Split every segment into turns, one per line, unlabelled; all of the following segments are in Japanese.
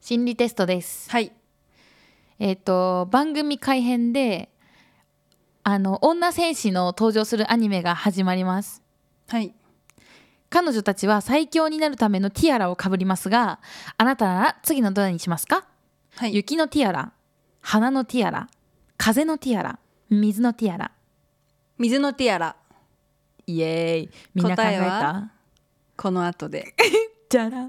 心理テストです。
はい
えっ、と番組改編であの女戦士の登場するアニメが始まります。
はい
彼女たちは最強になるためのティアラをかぶりますが、あなたなら次のどれにしますか？
はい
雪のティアラ、花のティアラ、風のティアラ、水のティアラ。
水のティアラ
イエーイ。みんな考
答
え
えは
た？
この後で
じゃら。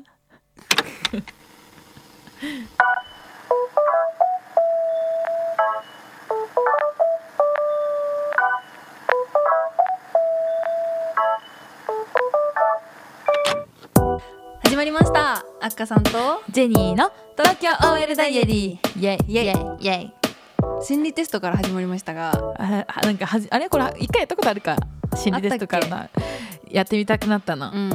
始まりましたあっかさんと
ジェニーの東京 OL ダイアリー。イエイ
イエイ
イエイイエイ。
心理テストから始まりましたが
ああなんかはじあれこれ一回やったことあるか心理テストからなやってみたくなったの、
うん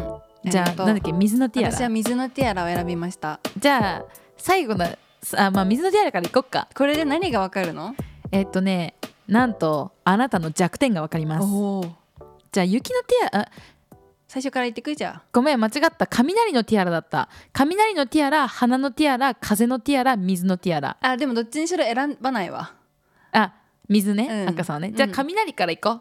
じゃあ
えっと
なんだっけ水のティア
私
ラ
は水のティアラを選びました
じゃあ最後のさあまあ水のティアラからいこっか
これで何がわかるの
えっとねなんとあなたの弱点がわかります
おお
じゃあ雪のティアラあ
最初から言ってくれじゃ
ごめん間違った雷のティアラだった雷のティアラ花のティアラ風のティアラ水のティアラ
ああでもどっちにしろ選ばないわ
あ水ね、
うん
赤さんはねじゃあ
うん
雷からいこう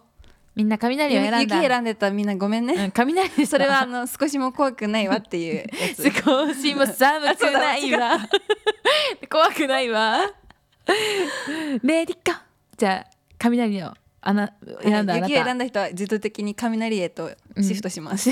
みんな雷を選んだ
雪選んでたみんなごめんね、
うん、雷でした
それはあの少しも怖くないわっていうやつ
少しも寒くないわ怖くないわレディカじゃあ雷の穴選んだあな
雪を選
た
んだ人は自動的に雷へとシフトします、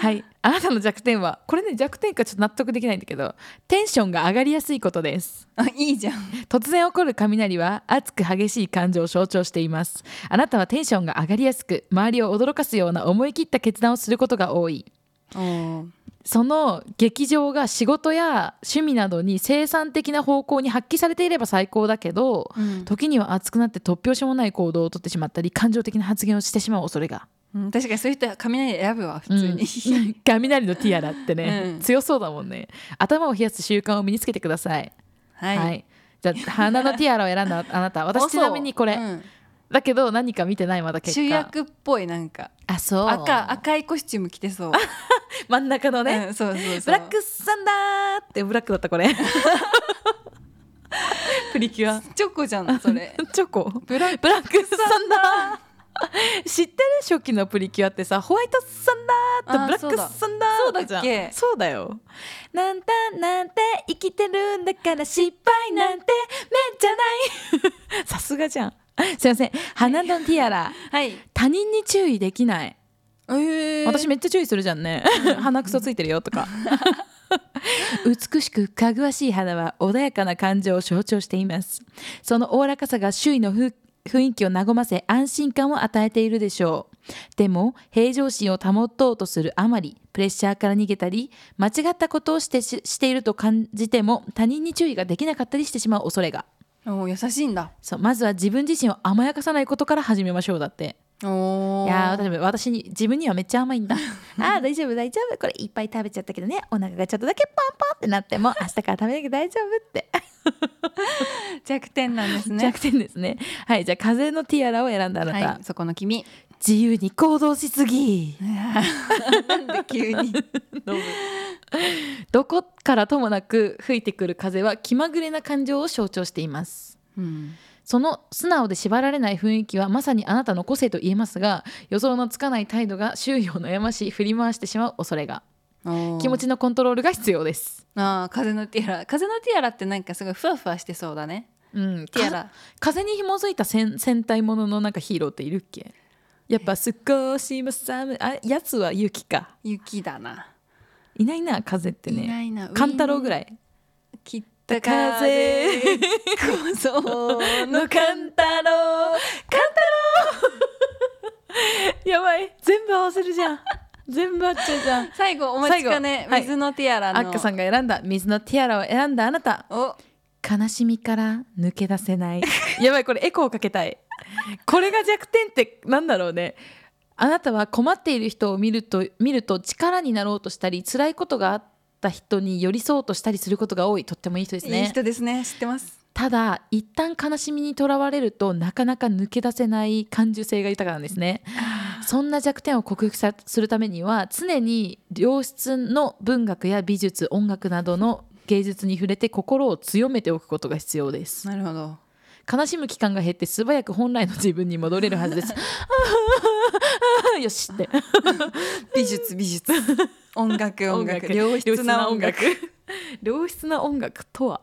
はいあなたの弱点はこれね弱点かちょっと納得できないんだけどテンションが上がりやすいことです
あいいじゃん
突然起こる雷は熱く激しい感情を象徴していますあなたはテンションが上がりやすく周りを驚かすような思い切った決断をすることが多いその劇場が仕事や趣味などに生産的な方向に発揮されていれば最高だけど
うん
時には熱くなって突拍子もない行動をとってしまったり感情的な発言をしてしまう恐れが
うん確かにそういう人は雷選ぶわ普通に、
うん、 雷のティアラってね、
うん
強そうだもんね頭を冷やす習慣を身につけてください
は
はい、じゃあ花のティアラを選んだ あなた
多
私
そう
ちなみにこれ、
うん
だけど何か見てないまだ結果
主役っぽいなんか
あそう
赤赤いコスチューム着てそう
真ん中のね、
うんそうそうそう
ブラックサンダーってブラックだったこれ プリキュア
チョコじゃんそれ
チョコ
ブラック
ブラックサンダー知ってる初期のプリキュアってさホワイトサンダー
あー
とブラックサンダー
そうだ
じゃん
そうだっけ
そうだよなんたなんて生きてるんだから失敗なんてめっちゃない さすがじゃんすいません花のティアラ
はい
他人に注意できない
えー
私めっちゃ注意するじゃんね鼻くそついてるよとか 美しくかぐわしい花は穏やかな感情を象徴していますそのおおらかさが周囲のふ雰囲気を和ませ安心感を与えているでしょうでも平常心を保とうとするあまりプレッシャーから逃げたり間違ったことをしてししていると感じても他人に注意ができなかったりしてしまう恐れが
お優しいんだ
そうまずは自分自身を甘やかさないことから始めましょうだって
おー
いやー私も私に自分にはめっちゃ甘 いんだあー大丈夫大丈夫これいっぱい食べちゃったけどねお腹がちょっとだけパンパンってなっても明日から食べなきゃ大丈夫って、
弱点なんですね
弱点ですねはいじゃあ風のティアラを選んだあなた、
はいそこの君
自由に行動しすぎ
なんで急 に
どこからともなく吹いてくる風は気まぐれな感情を象徴しています
うん
その素直で縛られない雰囲気はまさにあなたの個性と言えますが予想のつかない態度が周囲を悩まし振り回してしまう恐れが
おー
気持ちのコントロールが必要です
ああ風のティアラ風のティアラってなんかすごいふわふわしてそうだね
うん、
ティアラ
風に紐づいた戦戦隊もののなんかヒーローっているっけやっぱ少しも寒いあやつは雪か
雪だない
ないな風ってね
いないな
カンタロウぐ
らい
らい
切った風こその
カンタロウカンタロウ やばい全部合わせるじゃん全部合っちゃうじゃん
最後お待ちか
最
ね
後はい
水のティアラ
ア
の
ッカさんが選んだ水のティアラを選んだあなた
お
悲しみから抜け出せない やばいこれエコーかけたいこれが弱点ってなんだろうねあなたは困っている人を見ると見ると力になろうとしたり辛いことがあった人に寄り添おうとしたりすることが多いとってもいい人ですね
いい人ですね知ってます
ただ一旦悲しみにとらわれるとなかなか抜け出せない感受性が豊かなんですねそんな弱点を克服さするためには常に良質の文学や美術音楽などの芸術に触れて心を強めておくことが必要です
なるほど
悲しむ期間が減って素早く本来の自分に戻れるはずですあ ーあーあーよしって
美術美術音楽音楽良質な音楽
良質な音楽と は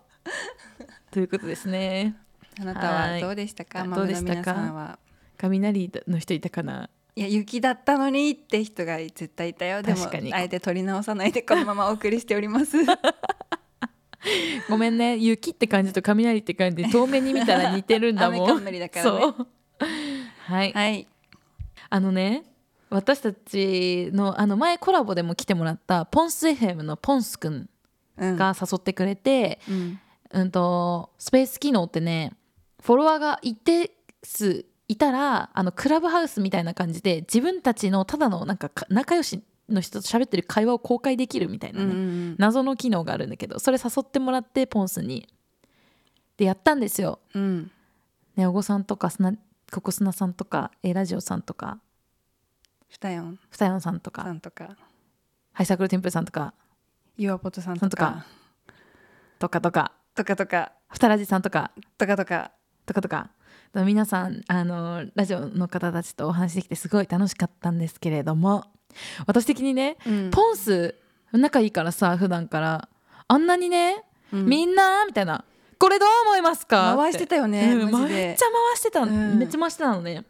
ということですね
あなたはどうでしたか
はい
マ
ど
マ
うで
の
した
皆
か
さんは
雷の人いたかない
や雪だったのにって人が絶対いたよでも
確かに
あえて取り直さないでこのままお送りしております
ごめんね雪って感じと雷って感じで遠目に見たら似てるんだもん
雨冠だからね
そうはい、
はい
あのね私たちのあの前コラボでも来てもらったポンス FM のポンスくん
うん
が誘ってくれて、
うん
うん、とスペース機能ってねフォロワーが一定数いたらあのクラブハウスみたいな感じで自分たちのただのなんかか仲良しの人と喋ってる会話を公開できるみたいな
う
ね、
んうん
謎の機能があるんだけどそれ誘ってもらってポンスにでやったんですよ
うん
ねおごさんとかすなここすなさんとか A ラジオさんとか
ふたよん
ふたよんさんと
さ
か
んとか
ハイサークルテンプルさんとか
ゆわぽとさん
さん
と
と
か
かとかとか
とかとか
ふたらじさんとか
とかとか
とかとかと皆さんあのラジオの方たちとお話しできてすごい楽しかったんですけれども私的にね、
うん
ポンス仲いいからさ普段からあんなにね、
うん
みんなみたいなこれどう思いますか
回してたよね
うん
マジで
めっちゃ回してた、
うん
めっちゃ回してたのね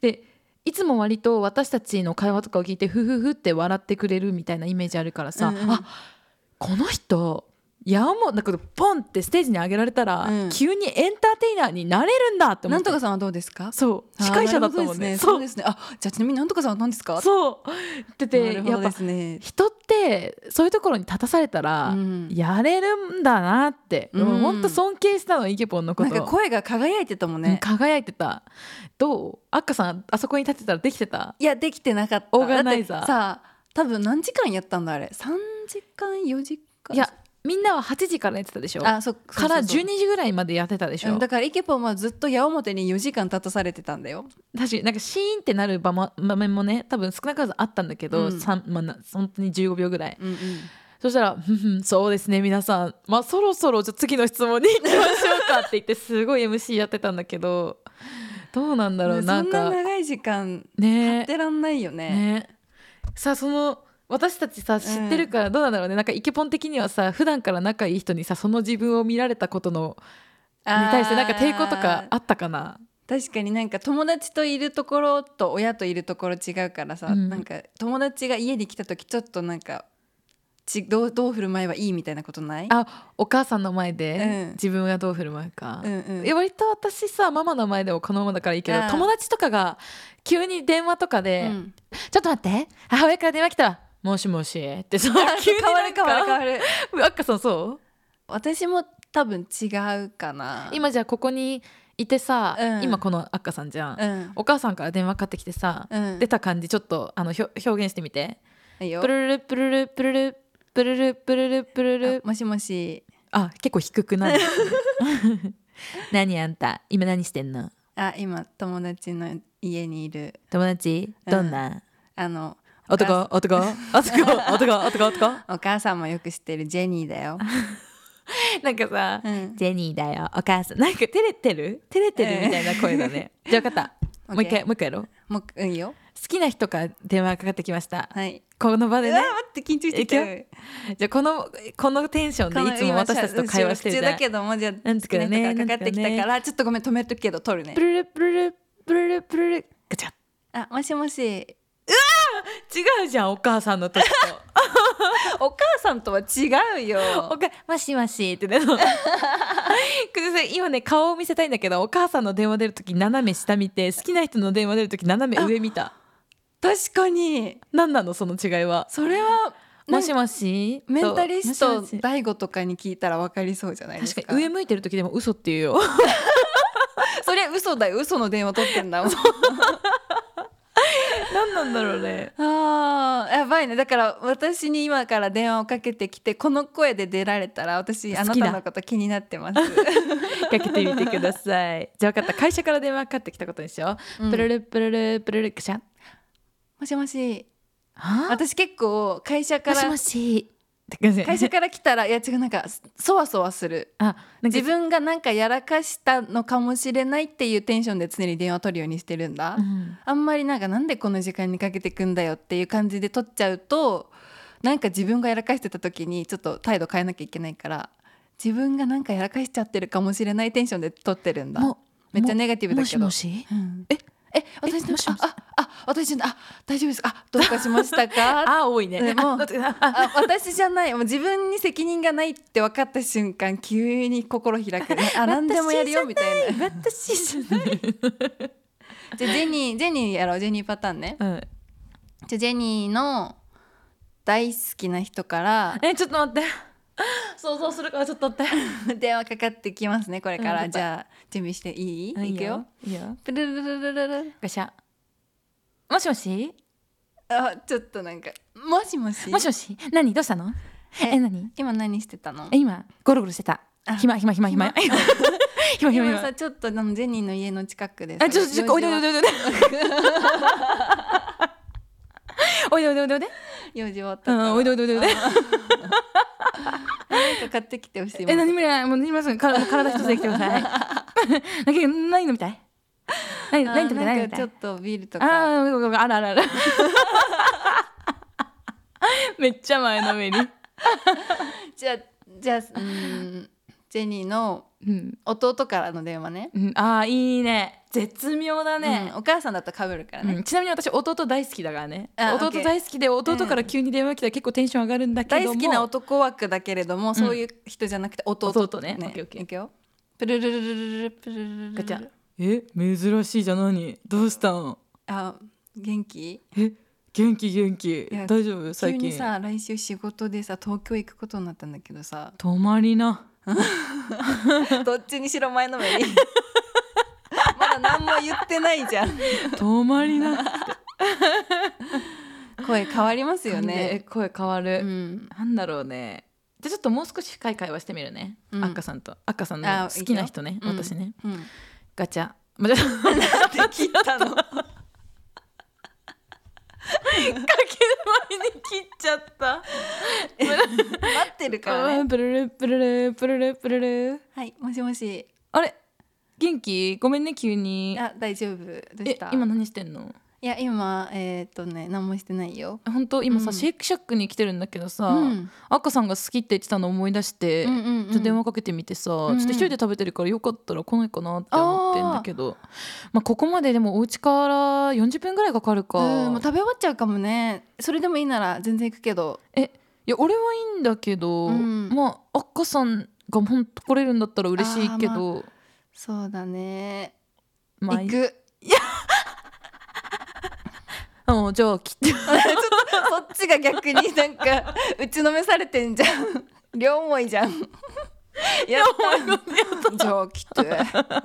でいつも割と私たちの会話とかを聞いてフフフって笑ってくれるみたいなイメージあるからさ、
うんうん
あこの人やおもなんかポンってステージに上げられたら、
うん
急にエンターテイナーになれるんだって思
な
っ
ん
て
とかさんはどうですか
そう司会者だったもん
あーな
ね
るほどです
そ
そううですねあじゃあちなみになんとかさんは何ですか
そうってて、
なるほ
や
ど
っ
で
ぱ
すね
人ってそういうところに立たされたら、
うん
やれるんだなって、
うん
もうほんと尊敬したのイケポンのこ
な
と
んか声が輝いてたもん
うん
ね
輝いてたどうあっかさんあそこに立ってたらできてた
いやできてなかった
オーガナイザー
だってさ多分何時間やったんだあれ3時間4時間
いやみんなは8時からやってたでしょ
あそっか
から12時ぐらいまでやってたでしょ、
だからイケポンはずっと矢面に4時間立たされてたんだよ
確かになんかシーンってなる場も場面もね多分少なからずあったんだけど、
うん
三まあ、な本当に15秒ぐらい
うんうん
そしたら「ふんふんそうですね皆さん、まあ、そろそろじゃあ次の質問に行きましょうか」って言ってすごい MC やってたんだけどどうなんだろう、
ね
な
そ
ん
ん
か
な長い時間
ね
立てらんないよね
ねさあその私たちさ知ってるからどうなんだろうね、なんかイケポン的にはさ普段から仲いい人にさその自分を見られたことの
に
に対してなんか抵抗とかあったかな
確かになんか友達といるところと親といるところ違うからさ、
うん
なんか友達が家に来た時ちょっとなんかちどうどう振る舞えばいいみたいなことない
あお母さんの前で
うん
自分がどう振る舞うか
う、んうん
いや割と私さママの前でもこのままだからいいけど
あー
友達とかが急に電話とかで「
うん
ちょっと待って母親から電話来たわもしもし」ってそう
あ
急に
変わ
な
る
ん
変わる変
か
わる
あっかさんそう
私も多分違うかな
今じゃあここにいてさ、
うん
今このあっかさんじゃん、
うん
お母さんから電話かかってきてさ、
うん
出た感じちょっとあのひょ表現してみて
いいよ
プルルプルルプルルプルルプルルプルル
あもしもし
あ結構低くなる 何あんた今何してんの
あ今友達の家にいる
友達どんな、
あのお母
男男男 男男男
お母さんもよく知ってるジェニーだよ、
なんかさ、
うん
ジェニーだよお母さんなんか照れてる照れてるみたいな声だね、じゃあ分か ったもう一回もう一回やろう
もううんいいよ
好きな人から電話がかかってきました、
はい
この場
う
で
わ
ね
待って緊張してきた
いくじゃあこのこのテンション
この
でいつも
今
私たちと会話してるじ
収
ゃ
録
ん
中だけどもじゃあ
なんつうかね
好きな人からかかってきた
なんつ
か
う
ら、ちょっとごめん止めとくけど取るね
プルルプルルプルルプルルガチャ
あもしもし
違うじゃんお母さんの時と
お母さんとは違う
お
よ
かもしもしってねこれ さ今ね顔を見せたいんだけどお母さんの電話出る時斜め下見て好きな人の電話出る時斜め上見た
確かに
何なのその違いは
それは
もしもし
メンタリス
と
ト
もしもし
大悟とかに聞いたら分かりそうじゃないですか
確かに上向いてる時でも嘘っていうよ
それ嘘だよ嘘の電話取ってんだ もん
何なんだろう ね
あーやばいねだから私に今から電話をかけてきてこの声で出られたら
好き
私
だ
あなたのこと気になってます
かけてみてくださいじゃあ分かった会社から電話かかってきたことにしよう、
うん
プルルプルルプルルクシャ
もしもし
あ
私結構会社か
もし
ら
もして感じ
会社から来たらいや違うなんかそわそわする
あなんか
自分がなんかやらかしたのかもしれないっていうテンションで常に電話取るようにしてるんだ、
うん
あんまりなんかなんでこの時間にかけてくんだよっていう感じで取っちゃうとなんか自分がやらかしてた時にちょっと態度変えなきゃいけないから自分がなんかやらかしちゃってるかもしれないテンションで取ってるんだ
も
めっちゃネガティブだけど
もしもし
うん
え
え私の
もしもし
あああ私のあ大丈夫ですあどうかしましたか
あ多いね
でも
あだってああ
あ 私じゃないもう自分に責任がないって分かった瞬間急に心開くねあ何でもやるよみたいな
私じゃない
じゃあジェニージェニーやろうジェニーパターン ね
うん
じゃあジェニーの大好きな人から
えちょっと待って想像するからちょっと待って
電話かかってきますねこれか
う
ら
ん
じゃあ準備していい
うん
いくよ
いいよ
プルルルルルル
ガシャもしもし
あちょっとなんかもしもし
もしもし何どうしたの
え
え何
今何してたの
え今ゴロゴロしてた
あ
暇暇暇暇暇 暇
今
暇
さちょっとあのジェニーの家の近くで
あちょっとちょっとおいでおいでおいでおいでおい でおいでおいでおいで
用事終わった
う
から
んおいでおいでおいでおいで
なんか買ってきてほしいも
え
の
何もいらないもう何もいませんからもう体一つできてくださいだけど 何飲みたい何
あ
何飲みたい何飲
なん
みた
かち
い
ょっとビールとか
あああらあらあら めっちゃ前のめり、
じゃあじゃあうーんジェニーの
うん
弟からの電話ね
うん、ああいいね絶妙だね
う、んお母さんだったら被るからね、
うんちなみに私弟大好きだからね
あオッケ
弟
ー
大好きで弟から急に電話来たら結構テンション上がるんだけども
大好きな男枠だけれども、そういう人じゃなくて弟
弟ねオッケーオッケー
いくよプルルルルルルプルルルルル
ガチャえ珍しいじゃ何どうしたん
あ元気
え元気元気
いや
大丈夫
急
最
に
近
さ来週仕事でさ東京行くことになったんだけどさ
泊まりな
どっちにしろ前のめりまだ何も言ってないじゃん
泊まりな
声変わりますよ
ね
ね
声変わる、
うん
なんだろうねじゃあちょっともう少し深い会話してみるね、
うん
アッカさんとアッカさんの
あ
好きな人ね
いいようん
私ね、
うん
ガチャまあちょっ と駆
で切ったの
け前に切っちゃった
待ってるから
う
ね
んプルルプルルプルルプルル
はいもしもし
あれ元気ごめんね急に
あ大丈夫で
え
した
今何してんの
いや今えーっとね何もしてないよ
本当今さ、
うん
シェイクシャックに来てるんだけどさ、
うん
アッカさんが好きって言ってたの思い出して、
うんうんうん
ちょっと電話かけてみてさ、
んうん
ちょっと一人で食べてるからよかったら来ないかなって思ってんだけどまあここまででもお家から40分ぐらいかかるか、
うんもう食べ終わっちゃうかもねそれでもいいなら全然行くけど
えいや俺はいいんだけど、
うん
まあアッカさんがほんと来れるんだったら嬉しいけど
そうだね
まあい
行
い
く
うんじゃあ切っ て
ちょっとそっちが逆になんか打ちのめされてんじゃん両思いじゃんやった上気ってやった
だっ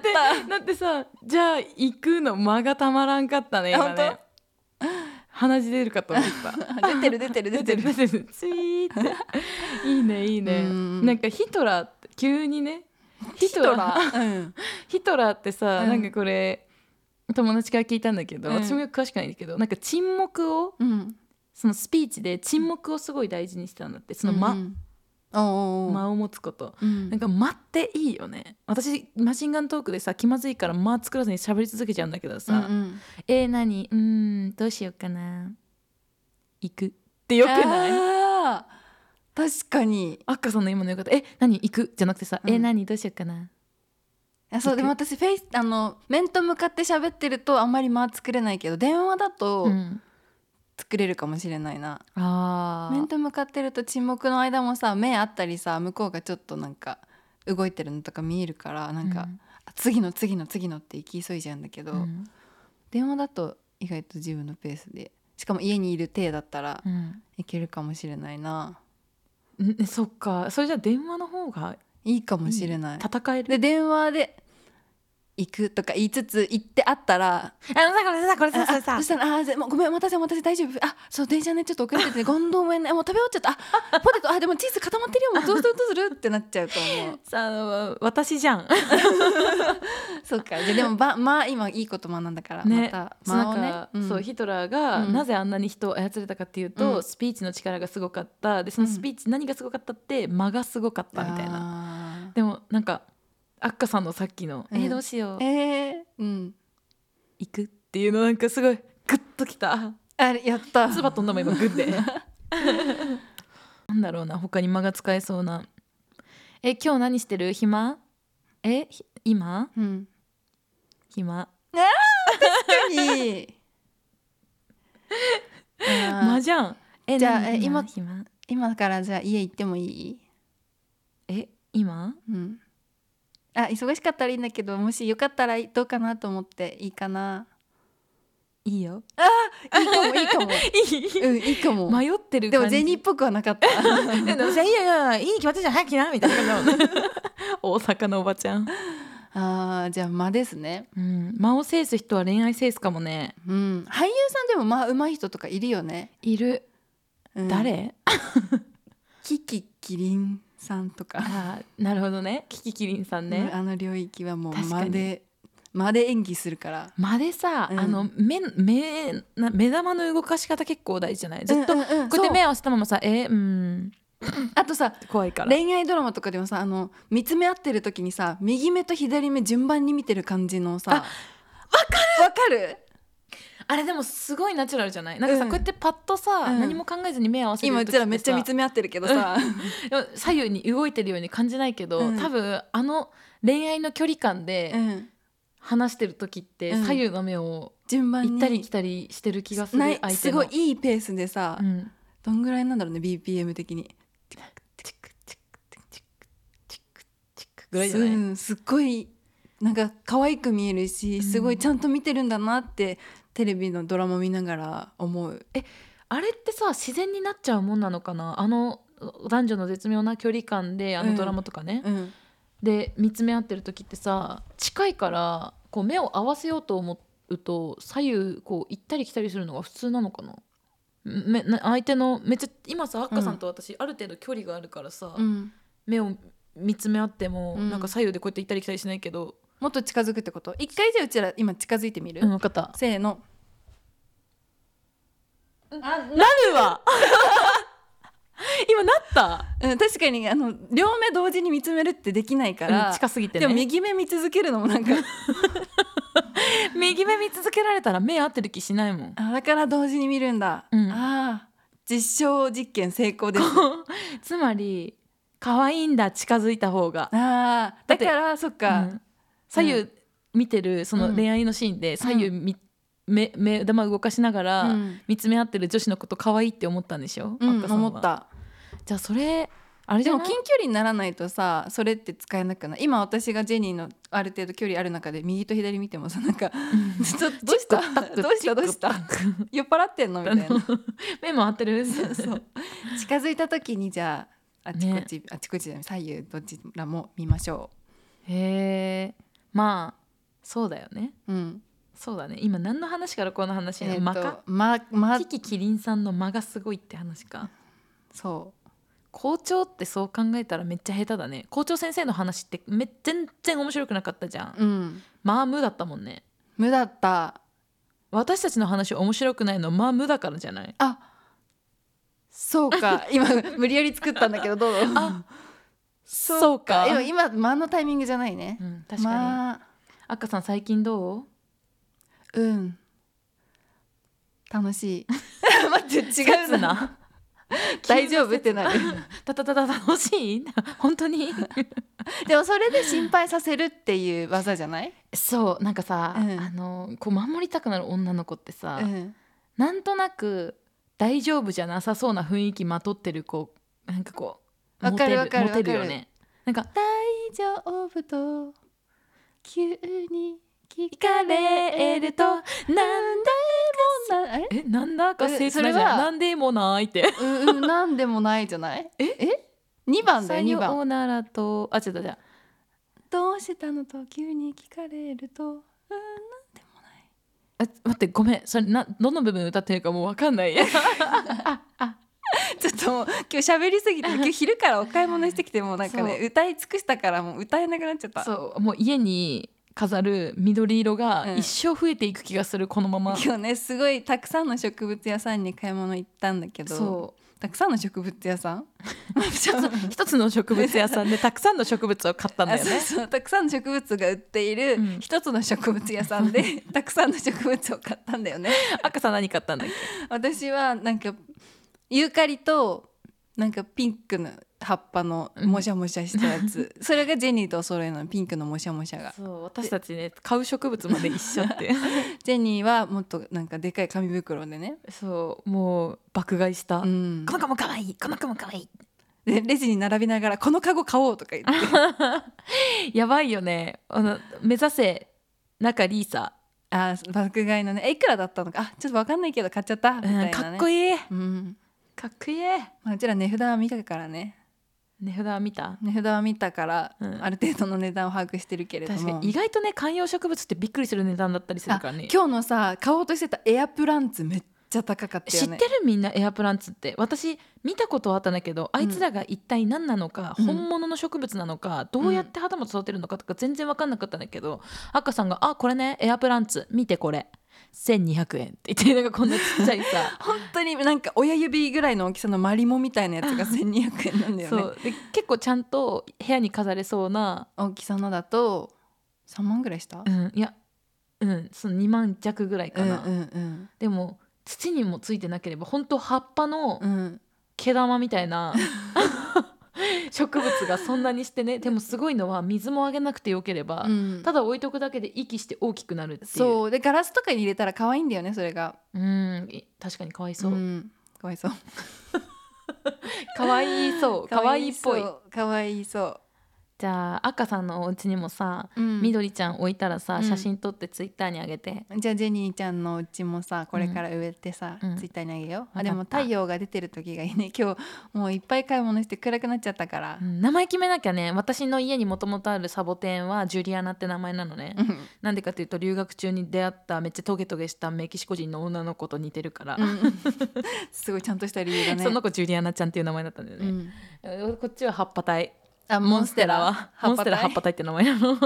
てだってさじゃあ行くの間がたまらんかったね
あ
今
本
ね鼻血出るかと思った
あ 出てる出てる出てる
出てるツイーっていいねいいね
うん
なんかヒトラーって急にねヒトラー
うん
ヒトラーってさ、
うん
なんかこれ友達から聞いたんだけど、
うん
私もよく詳しくないんだけどなんか沈黙を
うん
そのスピーチで沈黙をすごい大事にしてたんだってその間、
うんおうおうおう
間を持つこと
うん
なんか間っていいよね私マシンガントークでさ気まずいから間作らずに喋り続けちゃうんだけどさ「
うんうん
えー、何うーんどうしようかな行く」ってよくない
あー確かに
アッカさんの今の言い方「え何行く?」じゃなくてさ「
うん
え何どうしようかな
あそうでも私フェイスあの面と向かって喋ってるとあんまり間作れないけど電話だ」と
ん、
作れるかもしれないな、
あ
面と向かってると沈黙の間もさ目あったりさ向こうがちょっとなんか動いてるのとか見えるからなんか、
うん
あ次の次の次のって行き急いじゃうんだけど、
あうん
電話だと意外と自分のペースでしかも家にいる体だったら
うん
いけるかもしれないな、
んそっかそれじゃあ電話の方が
いいかもしれない
戦える
で電話で「行くとか言いつつ行ってあったら
あのさこれさこれさ
あ
それ
あ
さ
そしたらあーぜもうごめんお待たせお待たせ大丈夫あそう電車ねちょっと遅れててゴンドウもねもう食べ終わっちゃったあポテトあでもチーズ固まってるよ もうどうするどうするってなっちゃうと思う
さあの私じゃ ん
そうかじゃあでもばまあ今いいこと学んだから、
ね
また
そう
間を
なん
ね
か、
ん
そうヒトラーが
うん
なぜあんなに人を操れたかっていうと、
うん
スピーチの力がすごかったでそのスピーチ何がすごかったって間がすごかったみたいな、
な
でもなんかアッカさんのさっきの「
うん
えどうしよう
えー、うん
行く?」っていうのなんかすごいグッときた
あれやった
唾飛んだもん今グッて なんだろうな他に間が使えそうな「え今日何してる暇えひ今
うん
暇
い いあー
間じゃんえ
じゃあ
何
え今
暇
今からじゃあ家行ってもいい
え今
うんあ忙しかったらいいんだけどもしよかったらどうかなと思っていいかない
いよ
いいかもいいかも うんいいか も
迷ってる
でも
感じ
銭っぽくはなかった
でもさいいよいいよいいに決まってんじゃん早く来なみたいな感じだもんね 大阪のおばちゃん、
あーじゃあ間ですね
うん、間を制す人は恋愛制すかもね
うん俳優さんでもまあ上手い人とかいるよね、
いる、
うん
誰
キキキリンさんとか
あーなるほどねキキキリンさんね、
うんあの領域はもう
確か
間
に
で間で演技するから
までさ、
うん
あの目目な目玉の動かし方結構大事じゃないずっと、
うんうんうん
こうやって
そう
目を合わせたままさえうん
あとさ
怖いから
恋愛ドラマとかでもさあの見つめ合ってる時にさ右目と左目順番に見てる感じのさ
あ
わかるわかる
あれでもすごいナチュラルじゃないなんかさ、
うん
こうやってパッとさ、
うん
何も考えずに目を合わせてる
今う
時
ちらめっちゃ見つめ合ってるけどさ、
でも左右に動いてるように感じないけど、
うん
多分あの恋愛の距離感で
うん
話してる時って
うん
左右の目を
順番に
行ったり来たりしてる気がする
な
相
い
手の
すごいいいペースでさ、
うん
どんぐらいなんだろうね BPM 的に
チクチクチクチクチクぐらいじ
す
ゃない、
うんすっごいなんか可愛く見える
う
し
ん
すごいちゃんと見てるんだなってテレビのドラマ見ながら思う
あれってさ自然になっちゃうもんなのかなあの男女の絶妙な距離感であ
う
の
ん
ドラマとかね、
うん
で見つめ合ってる時ってさ近いからこう目を合わせようと思うと左右こう行ったり来たりするのが普通なのかなめな相手のめっちゃ今さ赤さんと私、ある程度距離があるからさ、
うん
目を見つめ合っても、
うん
なんか左右でこうやって行ったり来たりしないけど、
もっと近づくってこと一回じゃあうちら今近づいてみる、
うん、分かった
せーの
なるわ 今なった
うん、確かにあの両目同時に見つめるってできないから、
うん近すぎて
でも
ね
右目見続けるのもなんか
右目見続けられたら目合ってる気しないもん
あだから同時に見るんだ、
うん
ああ実証実験成功 です
つまり可愛いんだ近づいた方が、
あー
だっ
だ
て
からそっか、
うん左右見てるその恋愛のシーンで左右み、目目玉動かしながら、
うん
見つめ合ってる女子のこと可愛いって思ったんでしょ、
うん
アッカさんは
思った
じゃあそれあれじ
で
ゃ
も
ない
近距離にならないとさそれって使えなくない今私がジェニーのある程度距離ある中で右と左見てもさなんか「 ちょっとどうしたどうしたどうした酔っ払ってんの?」みたいな
あの目も合ってる
そう近づいた時にじゃああちこち、あちこちじゃない左右どちらも見ましょ
へえまあそうだよね
う。うん、
そうだね今何の話からこの話
え
や
ーと
マカ
まま
キキキリンさんの間がすごいって話か
そ
校長ってそう考えたらめっちゃ下手だね校長先生の話ってめ全然面白くなかったじゃん、
う、うん、
まあ無だったもんね
無だった
私たちの話面白くないのまあ無だからじゃない
あそうか今無理やり作ったんだけどどう
あそうか
でも今間のタイミングじゃないね
う、ん、確かに、
まあ
赤さん最近どう
うん楽しい待って違う
切
な
な
大丈夫っ てなる
たたたた楽しい 本当に
でもそれで心配させるっていう技じゃない、
そうなんかさ、
うん
あのこう守りたくなる女の子って
う
さ、
ん、
なんとなく大丈夫じゃなさそうな雰囲気まとってる子なんかこう
わかる
モ
わ
テ
かる
モテるよねなんか
大丈夫と急に聞
「カレールとなんだ
な
え
え
なんだか正
そ
解じ
れ
ゃん
は
なんでもない」って
うんうんなんでもないじゃないええ2番だ
さ
よ2
よ
番
うならとあ違う違う違う
どうしたのと急に聞かれるとうーんなんでもな
あ
い
待ってごめんそれなどの部分歌ってるかもう分かん ない
ちょっともう今日喋り すぎて今日昼からお買い物してきてもうなんかね
そ
歌い尽くしたからもう歌えなくなっちゃった
そうもう家に飾る緑色
う
が
ん
一生増えていく気がするこのま ま、
今日ねすごいたくさんの植物屋さんに買い物行ったんだけど
そう
たくさんの植物屋さん
一つ一つの植物屋さんでたくさんの植物を買ったんだ
あ
よ
そう
ね
そうたくさんの植物が売っていうる
ん
一つの植物屋さんで、 たくさんの植物を買ったんだよね
赤さん何買ったんだっけ
私はなんかユーカリとなんかピンクの葉っぱのもしゃもしゃしたやつ、それがジェニーとお揃いのピンクのもしゃもしゃが
そう私たちね買う植物まで一緒って
ジェニーはもっとなんかでかい紙袋でね、
そうもう爆買いした、
うん
この子も可愛いこの子も可愛い
でレジに並びながら「このカゴ買おう」とか言って
やばいよねあの目指せ中リーサ、
あー爆買いのねえいくらだったのかあちょっと分かんないけど買っちゃったみ
う
たいな、
ん
ね、
かっこいい
うん
かっこいい
まあ、うちら値札は見たからね
値札は見た
値札は見たから、
うん
ある程度の値段を把握してるけれども
確かに意外とね観葉植物ってびっくりする値段だったりするからね
あ今日のさ買おうとしてたエアプランツめっちゃ高かった
知
よ
って
ね
るみんなエアプランツって私見たことはあったんだけどあいつらが一体何なのか、
うん
本物の植物なのかどうやって花も育てるのかとか全然分かんなかったんだけど、赤さんが「あこれねエアプランツ見てこれ1200円」って言ってなんかこんなちっちゃいさ
本当になんか親指ぐらいの大きさのマリモみたいなやつが1200円なん だよ
そ
ね
うで結構ちゃんと部屋に飾れそうな、
大きさのだと3万ぐらいした
うん、いやうんその2万弱ぐらいかな、
うんうん
でも土にもついてなければ本当葉っぱの、
うんうん
毛玉みたい な植物がそんなにしてねでもすごいのは水もあげなくてよければ、
うん
ただ置いとくだけで息して大きくなるっていう
そうでガラスとかに入れたら可愛いんだよねそれが
うんい確かにかわいそう、
ん、かわい そう
かわい そうかわいいっぽい
かわいそ
じゃあ赤さんのお家にもさ、
う、うん
みどりちゃん置いたらさ
うん
写真撮ってツイッターにあげて、
じゃあジェニーちゃんのうちもさこれから植えてさ、
うん
ツイッターにあげよう、
わかった
あでも太陽が出てる時がいいね今日もういっぱい買い物して暗くなっちゃったから
う、ん名前決めなきゃね私の家にもともとあるサボテンはジュリアナって名前なのね、
うん
なんでかっていうと留学中に出会っためっちゃトゲトゲしたメキシコ人の女の子と似てるから、
うん すごいちゃんとした理由だね
その子ジュリアナちゃんっていう名前だったんだよ
う
ね、
ん
えこっちは葉っぱ体
あモンステラは
モンステラ葉っぱ体って名前なの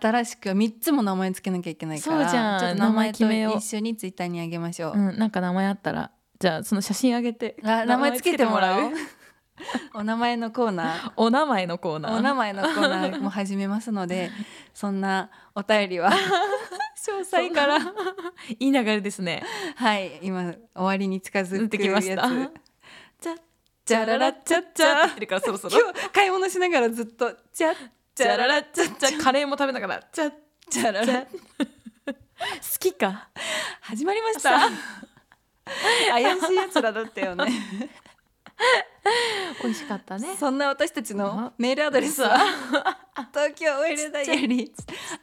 新しく3つも名前つけなきゃいけないから
そうじゃん
ちょっと名前
名
と
前決めよう
一緒にツイッターにあげましょう、
うんなんか名前あったらじゃあその写真あげて
あ名前つけてもらう
名前つけても
お名前のコーナー
らうお名前のコーナー
お名前のコーナーも始めますのでそんなお便りは詳
最
細
か
からら
いい流れですね
はい今終わりに近づ
出
く
てきました
やつ
じゃ
じゃららっちゃっち
っ
ゃ
て言ってるからそろそろ
今日買い物しながらずっとじゃ
じ
じ
ゃ
ゃ
ら
ら
ら
ら
っちゃっちゃカレーも食べながらじゃっ
じゃら
じ
ら
ゃ好きか
始まりました怪しいやつらだったよね
美味しかったね
そんな私たちのメールアドレスは東京オイルダイアリー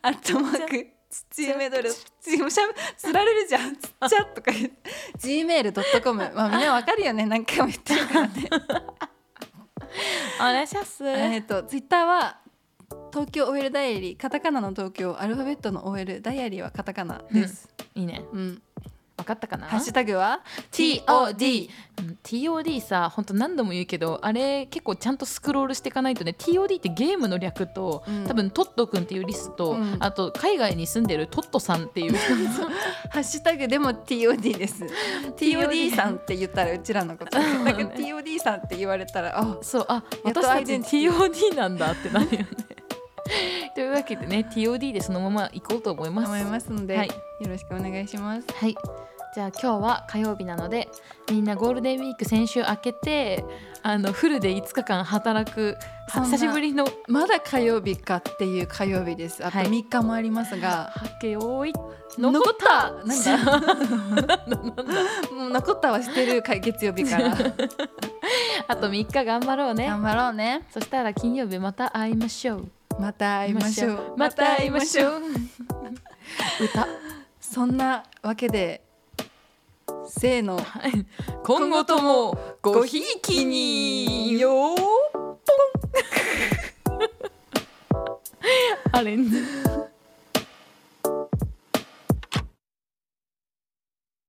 アットマークチーメドルチームしゃぶつられるじゃんつっちゃとか言って gmail.com まあみんなわかるよね何回も言ってるからね
お願いします
えっとツイッターは東京オイルダイアリーカタカナの東京アルファベットの OL ダイアリーはカタカナです、
いいね
うん、
分かったかな
ハッシュタグは
TOD TOD さ本当何度も言うけどあれ結構ちゃんとスクロールしていかないとね TOD ってゲームの略と、
うん
多分トット君っていうリスと、
うん
あと海外に住んでるトットさんって いう人
ハッシュタグでも TOD です。TOD さんって言ったらうちらのこと。 だけど TOD さんって言われたら、あ、
そうあ
やっと
私
ア
た
イ
ち
デンティ
TOD なんだってなるよね というわけでね TOD でそのまま行こうと思います
思いますので、
はい
よろしくお願いします。
はいじゃあ今日は火曜日なのでみんなゴールデンウィーク先週明けてあのフルで5日間働く
そんな
久しぶりの
まだ火曜日かっていう火曜日です。あと
はい
3日もありま すが、
発見多い
残ったなんだ
なんだ
もう残ったはしてるか月曜日 から。
あと3日頑張ろうね
頑張ろうね。
そしたら金曜日また会いましょう
また会いましょう。
また会いましょ
う。
歌
そんなわけで、せーの。
今後ともごひいきによーぽんレンジ